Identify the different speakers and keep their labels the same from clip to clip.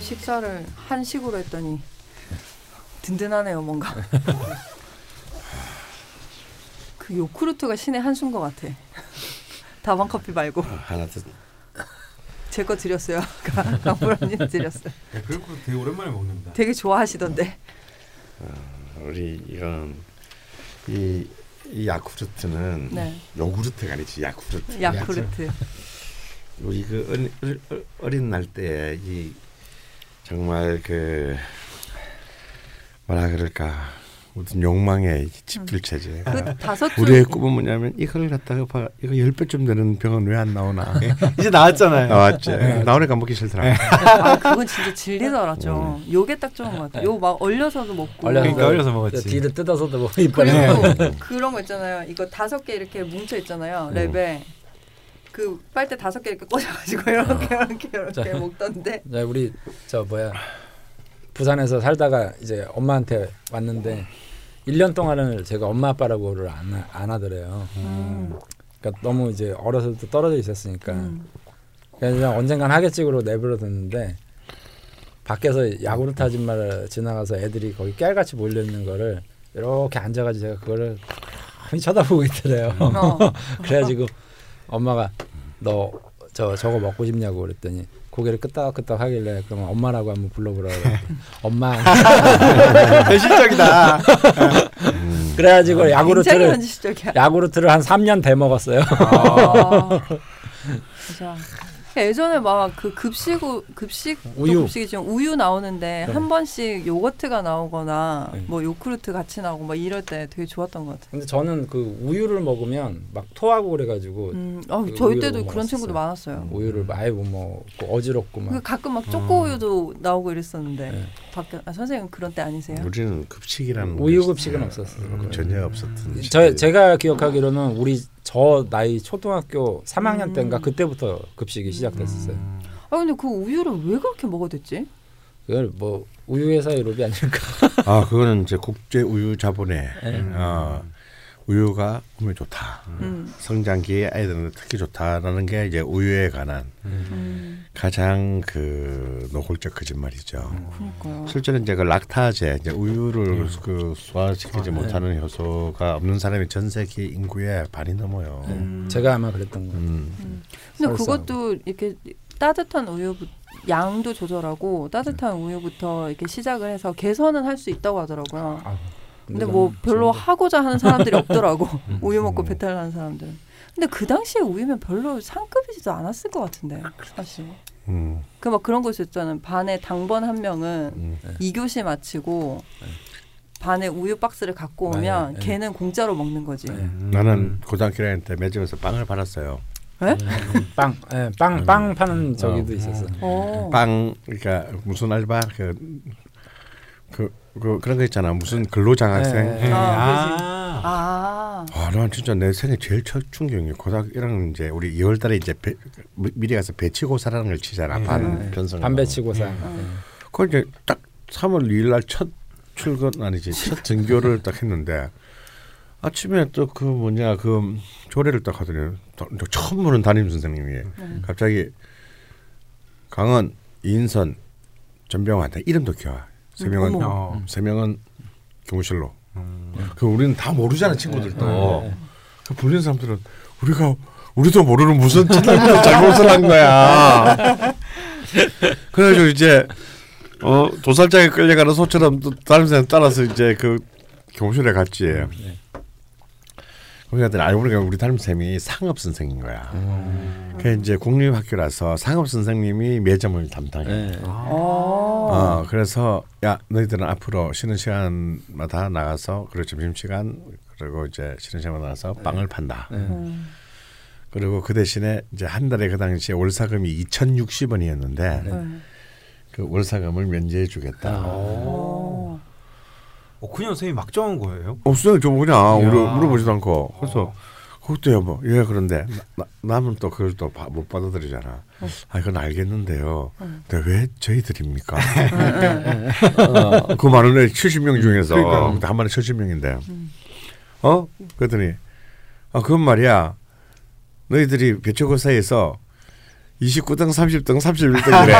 Speaker 1: 식사를 한식으로 했더니 든든하네요, 뭔가. 그 요크루트가 신의 한수인 것 같아. 다방 커피 말고
Speaker 2: 하나 더
Speaker 1: 제 거 드렸어요. 아까 강보라님 드렸어요.
Speaker 3: 네, 그리고 되게 오랜만에 먹는다.
Speaker 1: 되게 좋아하시던데.
Speaker 2: 우리 이건 이, 이 야쿠르트는
Speaker 1: 네.
Speaker 2: 요구르트가 아니지 야쿠르트.
Speaker 1: 야쿠르트.
Speaker 2: 우리 그 어린, 어린- 어린 날 때 이 정말 그 뭐라 그럴까 무슨 욕망의 집필체제.
Speaker 1: 그 다섯 줄
Speaker 4: 우리의 꿈은 뭐냐면 이걸 갖다가 봐 이거 열 배쯤 되는 병은 왜 안 나오나 이제 나왔잖아요. 네.
Speaker 2: 나왔지. 나오니까 먹기 싫더라.
Speaker 1: 아, 그건 진짜 질리더라 좀. 요게 딱 좋은 것 같아. 요 막 얼려서도 먹고.
Speaker 5: 음. 얼려서
Speaker 4: 네.
Speaker 3: 그러니까 얼려서 먹었지.
Speaker 5: 뒤를 뜯어서도 먹고 이빨에 네.
Speaker 1: 그리고 그런 거 있잖아요. 이거 다섯 개 이렇게 뭉쳐 있잖아요. 랩에 그 빨대 다섯 개 이렇게 꽂아가지고 이렇게 이렇게 이렇게
Speaker 5: 자.
Speaker 1: 먹던데.
Speaker 5: 네, 우리 저 뭐야 부산에서 살다가 이제 엄마한테 왔는데 1년 동안을 제가 엄마 아빠라고를 안, 하- 안 하더래요.
Speaker 1: 음.
Speaker 5: 그러니까 너무 이제 어려서부터 떨어져 있었으니까
Speaker 1: 음.
Speaker 5: 그냥, 그냥 언젠간 하겠지로 내버려뒀는데 밖에서 야구르트 아줌마를 지나가서 애들이 거기 깨알같이 몰려 있는 거를 이렇게 앉아가지고 제가 그거를 가만히 쳐다보고 있더래요.
Speaker 1: 어.
Speaker 5: 그래가지고 엄마가 너 저 저거 먹고 싶냐고 그랬더니 고개를 끄덕끄덕 하길래 그러면 엄마라고 한번 불러보라고 엄마
Speaker 4: 네, 현실적이다.
Speaker 1: 아,
Speaker 5: 그래가지고
Speaker 1: 굉장히
Speaker 5: 야구르트를
Speaker 1: 현실적이야.
Speaker 5: 야구르트를 한 3년 돼 먹었어요.
Speaker 1: 아. 진짜. 예전에 막 그 급식 우- 급식 또
Speaker 5: 우유. 네.
Speaker 1: 급식이 지금 우유 나오는데 한 번씩 요거트가 나오거나 뭐 요크루트 같이 나오고 막 이럴 때 되게 좋았던 것 같아.
Speaker 5: 근데 저는 그 우유를 먹으면 막 토하고 그래가지고
Speaker 1: 음, 어,
Speaker 5: 그
Speaker 1: 저희
Speaker 5: 우유로
Speaker 1: 때도 그런
Speaker 5: 먹었었어요.
Speaker 1: 친구도 많았어요.
Speaker 5: 우유를 아예 못 먹고 뭐 어지럽고
Speaker 1: 그
Speaker 5: 막
Speaker 1: 가끔 막 초코우유도 나오고 이랬었는데
Speaker 5: 음. 네.
Speaker 1: 밖에 아, 선생님 그런 때 아니세요?
Speaker 2: 우리는 급식이라는
Speaker 5: 우유
Speaker 2: 것이
Speaker 5: 급식은
Speaker 4: 네.
Speaker 2: 있어요.
Speaker 5: 없었어요.
Speaker 2: 음,
Speaker 4: 그렇죠.
Speaker 2: 전혀 없었던.
Speaker 5: 저
Speaker 2: 시대.
Speaker 5: 제가 기억하기로는 우리 저 나이 초등학교 3학년
Speaker 1: 음.
Speaker 5: 때인가 그때부터 급식이 시작됐었어요.
Speaker 1: 아 근데 그 우유를 왜 그렇게 먹어댔지?
Speaker 5: 그걸 뭐 우유 회사의 로비 아닐까?
Speaker 4: 아 그거는 이제 국제 우유 자본에
Speaker 5: 예.
Speaker 4: 어, 우유가 몸에 좋다.
Speaker 1: 음.
Speaker 4: 성장기에 아이들은 특히 좋다라는 게 이제 우유에 관한
Speaker 1: 음.
Speaker 4: 가장 그 노골적 거짓말이죠.
Speaker 1: 그러니까요.
Speaker 4: 실제로 이제 그 락타제 이제 우유를
Speaker 2: 음.
Speaker 4: 그
Speaker 2: 아, 예.
Speaker 4: 소화시키지 못하는 효소가 없는 사람이 전 세계 인구의 반이 넘어요.
Speaker 2: 음.
Speaker 5: 제가 아마 그랬던 거예요.
Speaker 4: 음.
Speaker 1: 근데
Speaker 5: 설사.
Speaker 1: 그것도 이렇게 따뜻한 우유 부 양도 조절하고 따뜻한 우유부터 이렇게 시작을 해서 개선은 할 수 있다고 하더라고요.
Speaker 5: 아,
Speaker 1: 근데 뭐 별로
Speaker 5: 음.
Speaker 1: 하고자 하는 사람들이 없더라고. 우유 먹고
Speaker 4: 음.
Speaker 1: 배탈 나는 사람들. 근데 그 당시에 우유면 별로 상급이지도 않았을 것 같은데 사실.
Speaker 4: 음.
Speaker 1: 그 막 그런 거 있었잖아요. 반에 당번 한 명은
Speaker 2: 음.
Speaker 4: 네.
Speaker 1: 이 2교시 마치고 반에 우유 박스를 갖고 오면
Speaker 5: 네, 네.
Speaker 1: 걔는 공짜로 먹는 거지.
Speaker 3: 음.
Speaker 4: 나는 고등학교 다닐 때 매점에서 빵을 팔았어요.
Speaker 5: 빵빵빵 빵 파는 저기도 있었어.
Speaker 1: 어.
Speaker 4: 빵 그러니까 무슨 알바 그, 그, 그 그런 거 있잖아 무슨 근로장학생
Speaker 5: 예, 예.
Speaker 3: 네, 아,
Speaker 1: 아.
Speaker 4: 아, 난 진짜 내 생애 제일 첫 충격이 고등학교 1학년 이제 우리 2월 달에 이제 배, 그, 미- 미리 가서 배치고사라는 걸 치잖아. 반 변성.
Speaker 5: 네. 반배치고사.
Speaker 1: 음.
Speaker 4: 그걸 이제 딱 3월 2일 날 첫 출근 아니지. 첫 등교를 딱 했는데 아침에 또 그 뭐냐 그 조례를 딱 하더니 딱- 딱 처음 보는 담임 선생님이
Speaker 3: 음.
Speaker 4: 갑자기 강원 이인선 전병환한테 이름도 기억. 세 명은
Speaker 3: 어머.
Speaker 4: 세 명은 교무실로. 그 우리는 다 모르잖아 친구들도. 그 불리는 사람들은 우리가 우리도 모르는 무슨 찔러도 잘못을 한 거야. 그래가지고 이제 어 도살장에 끌려가는 소처럼 또 다른 사람 따라서 이제 그 교무실에 갔지. 거기 갔더니 알고 보니까 우리 담임 쌤이 상업 선생인 거야. 그 이제 국립학교라서 상업 선생님이 매점을
Speaker 5: 예,
Speaker 4: 담당해.
Speaker 5: 네.
Speaker 1: 어.
Speaker 4: 어, 그래서 야 너희들은 앞으로 쉬는 시간마다 나가서 그리고 점심 시간 그리고 이제 쉬는 시간마다 나가서 빵을 판다.
Speaker 5: 예. 네.
Speaker 1: 아.
Speaker 4: 그리고 그 대신에 이제 한 달에 그 당시에 월사금이 2,060원이었는데
Speaker 1: 네.
Speaker 4: 그 월사금을 면제해
Speaker 5: 아.
Speaker 4: 주겠다.
Speaker 1: 어.
Speaker 3: 어, 그냥 선생님 막 정한 거예요?
Speaker 4: 없어요. 저 그냥
Speaker 3: 이야.
Speaker 4: 우리 물어보지도 않고 그래서 그것도 여보 예 그런데 나, 남은 또 그걸 또 못 받아들이잖아. 아 이건 알겠는데요. 근데 왜 저희들입니까? 어, 그 많은 애 70명 중에서 그 한 마리 70명인데
Speaker 5: 음.
Speaker 4: 어 그랬더니 아 그건 말이야 너희들이 배치고 사에서 29등, 30등, 31등이래.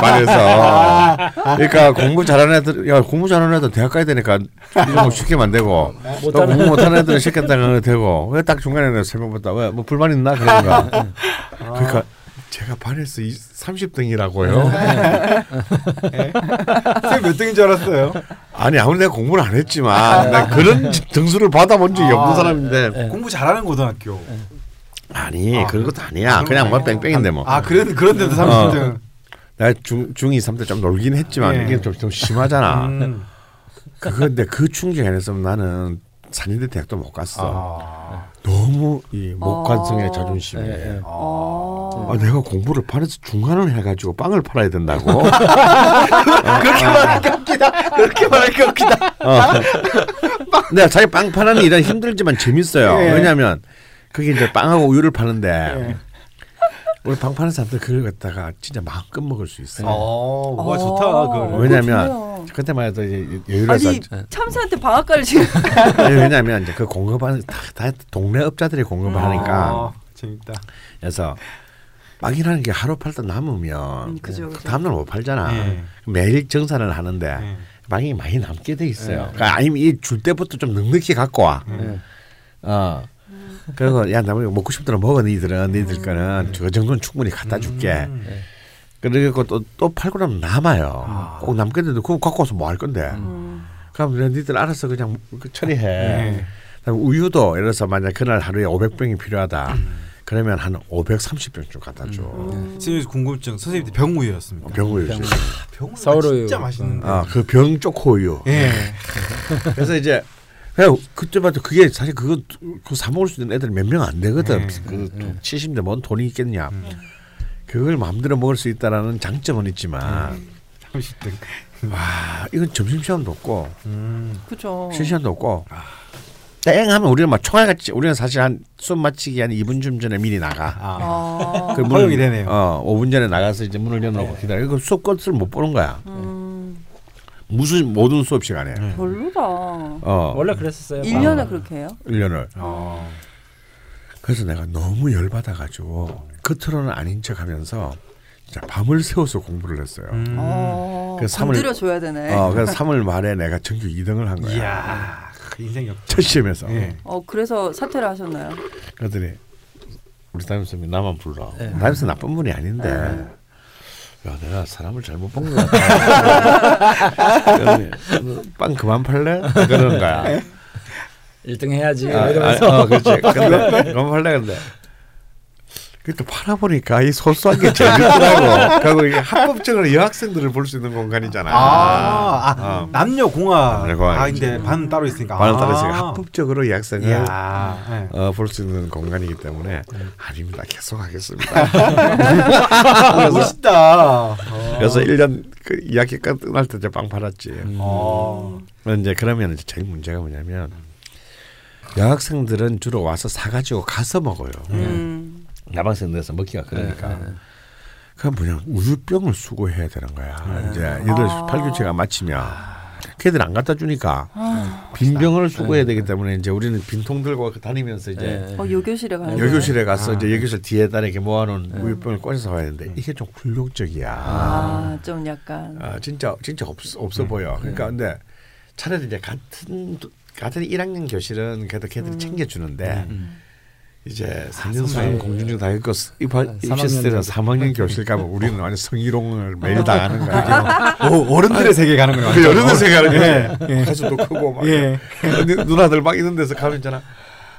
Speaker 4: 반에서. 그러니까 공부 잘하는 애들, 야 공부 잘하는 애들 대학 가야 되니까 이런 거 시키면 안 되고. 또
Speaker 5: 아, 못하는
Speaker 4: 공부 못하는 애들은 시켰다는 거 되고. 왜 딱 중간에 세명 봤다. 왜 뭐 불만 있나 그러니까.
Speaker 5: 아.
Speaker 6: 그러니까 제가 반에서
Speaker 5: 네.
Speaker 6: 30등이라고요.
Speaker 3: 선생님 몇 등인 줄 알았어요?
Speaker 4: 아니 아무리 내가 공부를 안 했지만 난 그런 등수를 받아본 적이 없는 사람인데.
Speaker 3: 공부 잘하는 고등학교.
Speaker 4: 아니 그런 것도 아니야. 그냥 뭐 뺑뺑인데 뭐.
Speaker 3: 아 그런 그런데도 30등.
Speaker 4: 나중 중2, 3때 좀 놀긴 했지만
Speaker 3: 예.
Speaker 4: 이게 좀, 좀 심하잖아.
Speaker 3: 음.
Speaker 4: 그건데 그 충격에 안에서 나는 산인대 대학도 못 갔어.
Speaker 3: 아.
Speaker 4: 너무 이 목관성의
Speaker 1: 아.
Speaker 4: 자존심에.
Speaker 5: 예, 예.
Speaker 1: 어.
Speaker 4: 아, 내가 공부를 반에서 중간을 해가지고 빵을 팔아야 된다고. 어.
Speaker 3: 그렇게 말할 게 없기다. 그렇게 말할 게 없기다.
Speaker 4: 내가 자기 빵 파는 일은 힘들지만 재밌어요.
Speaker 3: 예.
Speaker 4: 왜냐하면 그게 이제 빵하고 우유를 파는데 우리 빵 파는 사람들 그걸 갖다가 진짜 마음껏 먹을 수 있어요.
Speaker 3: 어, 와
Speaker 1: 어.
Speaker 3: 좋다 그거를.
Speaker 4: 왜냐하면
Speaker 1: 그렇군요.
Speaker 4: 그때만 해도 이제 여유로서
Speaker 1: 아니 참새한테 방앗간을 지금
Speaker 4: 왜냐하면 이제 그 공급하는 다, 다 동네 업자들이 공급을 하니까
Speaker 3: 아, 재밌다.
Speaker 4: 그래서 빵이라는 게 하루 팔다 남으면
Speaker 1: 음, 그죠, 그죠.
Speaker 4: 다음날 못 팔잖아.
Speaker 3: 예.
Speaker 4: 매일 정산을 하는데
Speaker 3: 예.
Speaker 4: 빵이 많이 남게 돼 있어요. 그러니까 아니면 이 줄 때부터 좀 넉넉히 갖고 와.
Speaker 5: 예.
Speaker 4: 어. 그리고 야나 먹고 싶더라 먹어 니들은 니들 거는 저 정도는 충분히 갖다 줄게.
Speaker 3: 음.
Speaker 4: 그리고 또 또 팔고 나면 남아요. 꼭 남게 되는데 그거 갖고 와서 뭐 할 건데.
Speaker 1: 음.
Speaker 4: 그럼 그냥 니들 알아서 그냥 그 처리해.
Speaker 3: 네.
Speaker 4: 그다음에 우유도 예를 들어서 만약 그날 하루에 500병이 필요하다. 그러면 한 530병쯤 갖다 줘.
Speaker 3: 선생님 궁금증. 선생님 음. 병우유였습니까?
Speaker 4: 병우유.
Speaker 5: 병.
Speaker 3: 아, 병우유
Speaker 5: 서울우유.
Speaker 3: 진짜 맛있는데.
Speaker 4: 아, 그 병 초코우유.
Speaker 3: 예.
Speaker 4: 그래서 이제 그냥 그때부터 그게 사실 그거 그사 먹을 수 있는 애들 몇 명 안 되거든.
Speaker 3: 음,
Speaker 4: 그 70인데 뭔 돈이 있겠냐. 그걸 마음대로 먹을 수 있다라는 장점은 있지만
Speaker 3: 30등.
Speaker 4: 아, 이건 점심 시간도 없고
Speaker 3: 음.
Speaker 1: 그죠.
Speaker 4: 쉬는 시간도 없고 땡 하면 우리는 막 총알같이 우리는 사실 한 숨 마치기 한 2분쯤 전에 미리 나가.
Speaker 3: 아.
Speaker 1: 아.
Speaker 4: 그 문을-
Speaker 3: 허용이 되네요.
Speaker 4: 어, 5분 전에 나가서 이제 문을 열어놓고 기다려. 이거 수업 끝을 못 보는 거야.
Speaker 1: 음,
Speaker 4: 무슨 모든 수업 시간에.
Speaker 3: 네.
Speaker 1: 별로다.
Speaker 4: 어,
Speaker 5: 원래 그랬었어요.
Speaker 1: 일 1년에 그렇게 해요?
Speaker 4: 1년을.
Speaker 3: 어.
Speaker 4: 그래서 내가 너무 열받아가지고 겉으로는 아닌 척하면서 진짜 밤을 새워서 공부를 했어요.
Speaker 3: 음.
Speaker 1: 어.
Speaker 4: 그 삼을-
Speaker 1: 건드려 줘야 되네.
Speaker 4: 어, 그래서 3월 말에 내가 전교 2등을 한 거야.
Speaker 3: 이야 인생 역.
Speaker 4: 첫 시험에서.
Speaker 3: 예.
Speaker 1: 어 그래서 사퇴를 하셨나요?
Speaker 4: 그랬더니 우리 담임선생님이 나만 불러.
Speaker 3: 예.
Speaker 4: 담임선 나쁜 분이 아닌데 야 내가 사람을 잘못 본 것 같아. 그러더니 너빵 그만 팔래? 그러는
Speaker 3: 예.
Speaker 4: 거야.
Speaker 5: 1등 해야지.
Speaker 4: 아,
Speaker 5: 예, 이러면서 네.
Speaker 4: 아, 어, 그렇지. 근데 그만 팔래 근데. 그또 팔아보니까 이 소소한 게 재밌더라고. 그리고 이게 합법적으로 여학생들을 볼 수 있는 공간이잖아.
Speaker 3: 아, 아,
Speaker 4: 어.
Speaker 3: 남녀 공학.
Speaker 4: 남녀 공학이지.
Speaker 3: 아, 근데 반 따로 있으니까.
Speaker 4: 반은
Speaker 3: 아.
Speaker 4: 따로 있으니까 네. 합법적으로 여학생을
Speaker 3: 이야. 예.
Speaker 4: 어, 볼 수 있는 공간이기 때문에
Speaker 5: 음.
Speaker 4: 아닙니다. 계속
Speaker 5: 어.
Speaker 4: 하겠습니다.
Speaker 3: 아, 멋있다. 어.
Speaker 4: 그래서 1년 그 이학기 끝날 때 이제 빵 팔았지.
Speaker 5: 음.
Speaker 3: 어.
Speaker 4: 근데 이제 그러면 이제 제일 문제가 뭐냐면 여학생들은 주로 와서 사가지고 가서 먹어요.
Speaker 1: 음.
Speaker 4: 남학생들에서 먹기가 그러니까. 그럼 뭐냐 우유병을 수거해야 되는 거야. 이제 얘들
Speaker 1: 아.
Speaker 4: 팔교체가 마치면 걔들 안 갖다 주니까 빈 병을 수거해야 되기 때문에 이제 우리는 빈통 들고 다니면서 이제
Speaker 5: 예.
Speaker 1: 어 요교실에 가요.
Speaker 4: 여교실에 가서 이제 여교실 뒤에 다 이렇게 모아놓은 우유병을 꺼내서 와야 되는데 이게 좀 굴욕적이야.
Speaker 1: 아, 아좀 약간.
Speaker 4: 아 진짜 진짜 없어 없어 보여. 그러니까 근데 차라리 이제 같은 도- 같은 1학년 교실은 그래도 걔들이 챙겨주는데 이제 3년 수능 공중증 다 겪고 스- 입학- 입시
Speaker 5: 삼학년
Speaker 4: 때는
Speaker 5: 정도.
Speaker 4: 3학년 교실 가면 우리는 완전 성희롱을 매일 당하는 거야.
Speaker 3: 오, 뭐, 어른들의 세계 가는 거예요.
Speaker 4: 그 여러 데서 가는 거야. 가수도 크고 막
Speaker 3: 예.
Speaker 4: 언니, 누나들 막 이런 데서 가면 있잖아.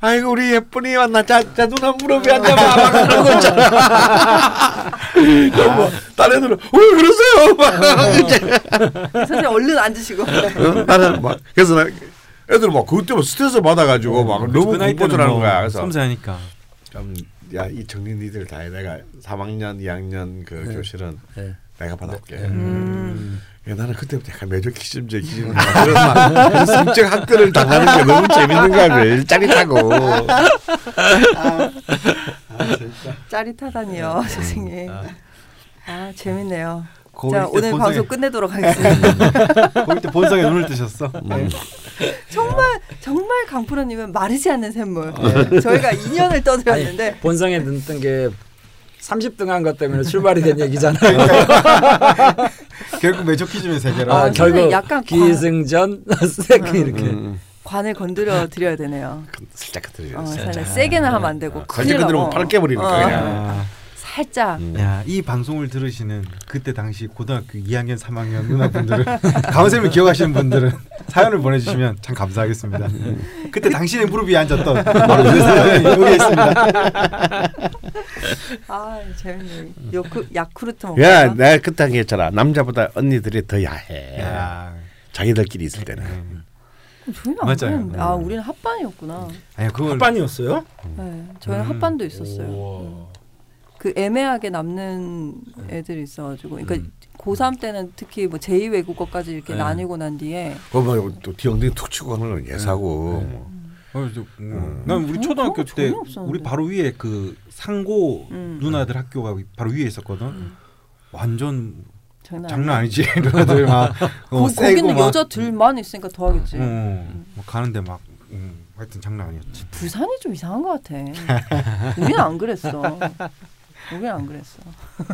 Speaker 4: 아이고 우리 예쁜이 왔나 자자 누나 무릎에 앉아봐 막 그런 거 있잖아. 그럼 뭐 다른 애들은 왜 그러세요? 막 이제
Speaker 1: 네, 선생님 얼른 앉으시고.
Speaker 4: 어? 나는 막 그래서 나 애들 막 그것 때문에 스트레스 받아가지고
Speaker 3: 어, 네,
Speaker 4: 막 너무
Speaker 3: 뭐.
Speaker 4: 공포절하는 거야. 그래서
Speaker 3: 섬세하니까.
Speaker 4: 야이 정리 니들 다 해. 내가 3학년, 2학년 그 교실은
Speaker 5: 네.
Speaker 4: 내가 받아올게.
Speaker 1: 음.
Speaker 4: 야, 나는 그때부터 약간 매적 기침제 기침제 그런 막 그런 성적 학대를 당하는 게 너무 재밌는 거야 그 매일 짜릿하고
Speaker 1: 짜릿하다니요
Speaker 4: 음.
Speaker 1: 선생님. 아 재밌네요.
Speaker 3: 거울
Speaker 1: 자
Speaker 3: 때
Speaker 1: 오늘
Speaker 3: 본성에-
Speaker 1: 방송 끝내도록 하겠습니다.
Speaker 3: 거기 때 본성에 눈을 뜨셨어.
Speaker 1: 정말 정말
Speaker 4: 아, 네.
Speaker 1: 네, 강프로님은 마르지 않는 샘물. 저희가 2년을 떠들었는데
Speaker 5: 본성에 눈뜬게 30등 한 것 때문에 출발이 된 얘기잖아요.
Speaker 3: 결국 매적 퀴즈의 세계라.
Speaker 5: 아,
Speaker 1: 아,
Speaker 5: 결국
Speaker 1: 선생님 약간 음. 과-
Speaker 5: 기승전 세크 이렇게
Speaker 1: 관을 건드려 드려야 되네요.
Speaker 4: 음. 살짝 건드려.
Speaker 1: 어, 살짝 세게는 하면 안 되고
Speaker 4: 살짝
Speaker 1: 큰일
Speaker 4: 아, 건드리면
Speaker 1: 나고
Speaker 4: 팔 깨버리니까
Speaker 1: 어.
Speaker 4: 그냥. 음.
Speaker 3: 아,
Speaker 1: 살짝
Speaker 3: 야, 이 방송을 들으시는 그때 당시 고등학교 이학년, 삼학년 누나분들은 강원쌤을 기억하시는 분들은 사연을 보내주시면 참 감사하겠습니다. 그때 당신의 무릎 위에 앉았던 바로 그 사람이 여기 있습니다.
Speaker 1: 아 재밌네. 요크, 야쿠르트 먹
Speaker 4: 야, 네. 내가 그때 얘기했잖아. 남자보다 언니들이 더 야해.
Speaker 3: 야,
Speaker 4: 자기들끼리 있을 때는.
Speaker 1: 저희는
Speaker 3: 맞아요.
Speaker 1: 음,
Speaker 3: 음.
Speaker 1: 안 그랬는데. 아 우리는 합반이었구나.
Speaker 3: 아니
Speaker 5: 음.
Speaker 3: 그걸
Speaker 5: 합반이었어요?
Speaker 1: 네, 저희는 합반도 있었어요. 음. 그 애매하게 남는 애들이 있어가지고, 그러니까
Speaker 4: 음.
Speaker 1: 고3 때는 특히 뭐 제2 외국어까지
Speaker 4: 네.
Speaker 1: 이렇게 나뉘고 난 뒤에
Speaker 4: 그뭐또 뒤엉덩이 툭 치고 하는 건 예사고. 뭐.
Speaker 3: 어, 저, 음. 난 우리 초등학교
Speaker 1: 그런 거뭐
Speaker 3: 때
Speaker 1: 전혀 없었는데.
Speaker 3: 우리 바로 위에 그 상고
Speaker 1: 음.
Speaker 3: 누나들 학교가 바로 위에 있었거든. 완전
Speaker 1: 장난.
Speaker 3: 장난 아니지 누나들 막
Speaker 1: 고,
Speaker 3: 어, 세고
Speaker 1: 네. 그 거기는
Speaker 3: 막
Speaker 1: 여자 둘만 있으니까 더 하겠지.
Speaker 3: 어,
Speaker 4: 음.
Speaker 3: 막 가는데 막 음, 하여튼 장난 아니었지.
Speaker 1: 부산이 좀 이상한 것 같아. 우리는 안 그랬어. 우리는 안 그랬어.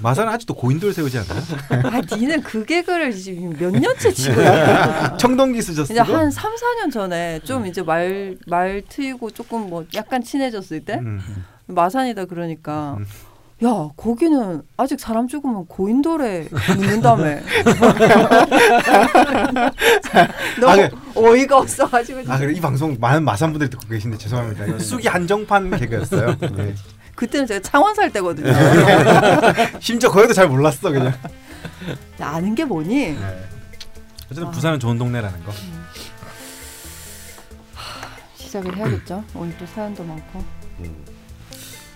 Speaker 3: 마산은 아직도 고인돌 세우지 않나?
Speaker 1: 아, 니는 그 개그를 지금 몇 년째 치고 있다.
Speaker 3: 청동기 쓰셨어?
Speaker 1: 이제 한 3, 4년 전에 좀 이제 말, 말 트이고 조금 뭐 약간 친해졌을 때
Speaker 3: 음.
Speaker 1: 마산이다 그러니까
Speaker 3: 음.
Speaker 1: 야 거기는 아직 사람 죽으면 고인돌에 묻는다며 너무
Speaker 3: 아, 그래.
Speaker 1: 어이가 없어가지고
Speaker 3: 아 그래 이 방송 많은 마산 분들이 듣고 계신데 죄송합니다. 이거 쑥이 한정판 개그였어요. 네.
Speaker 1: 그때는 제가 창원 살 때거든요
Speaker 3: 심지어 거기도 잘 몰랐어 그냥.
Speaker 1: 아는 게 뭐니
Speaker 3: 네. 어쨌든 부산은 좋은 동네라는 거.
Speaker 1: 시작을 해야겠죠 오늘 또 사연도 많고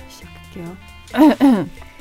Speaker 1: 시작할게요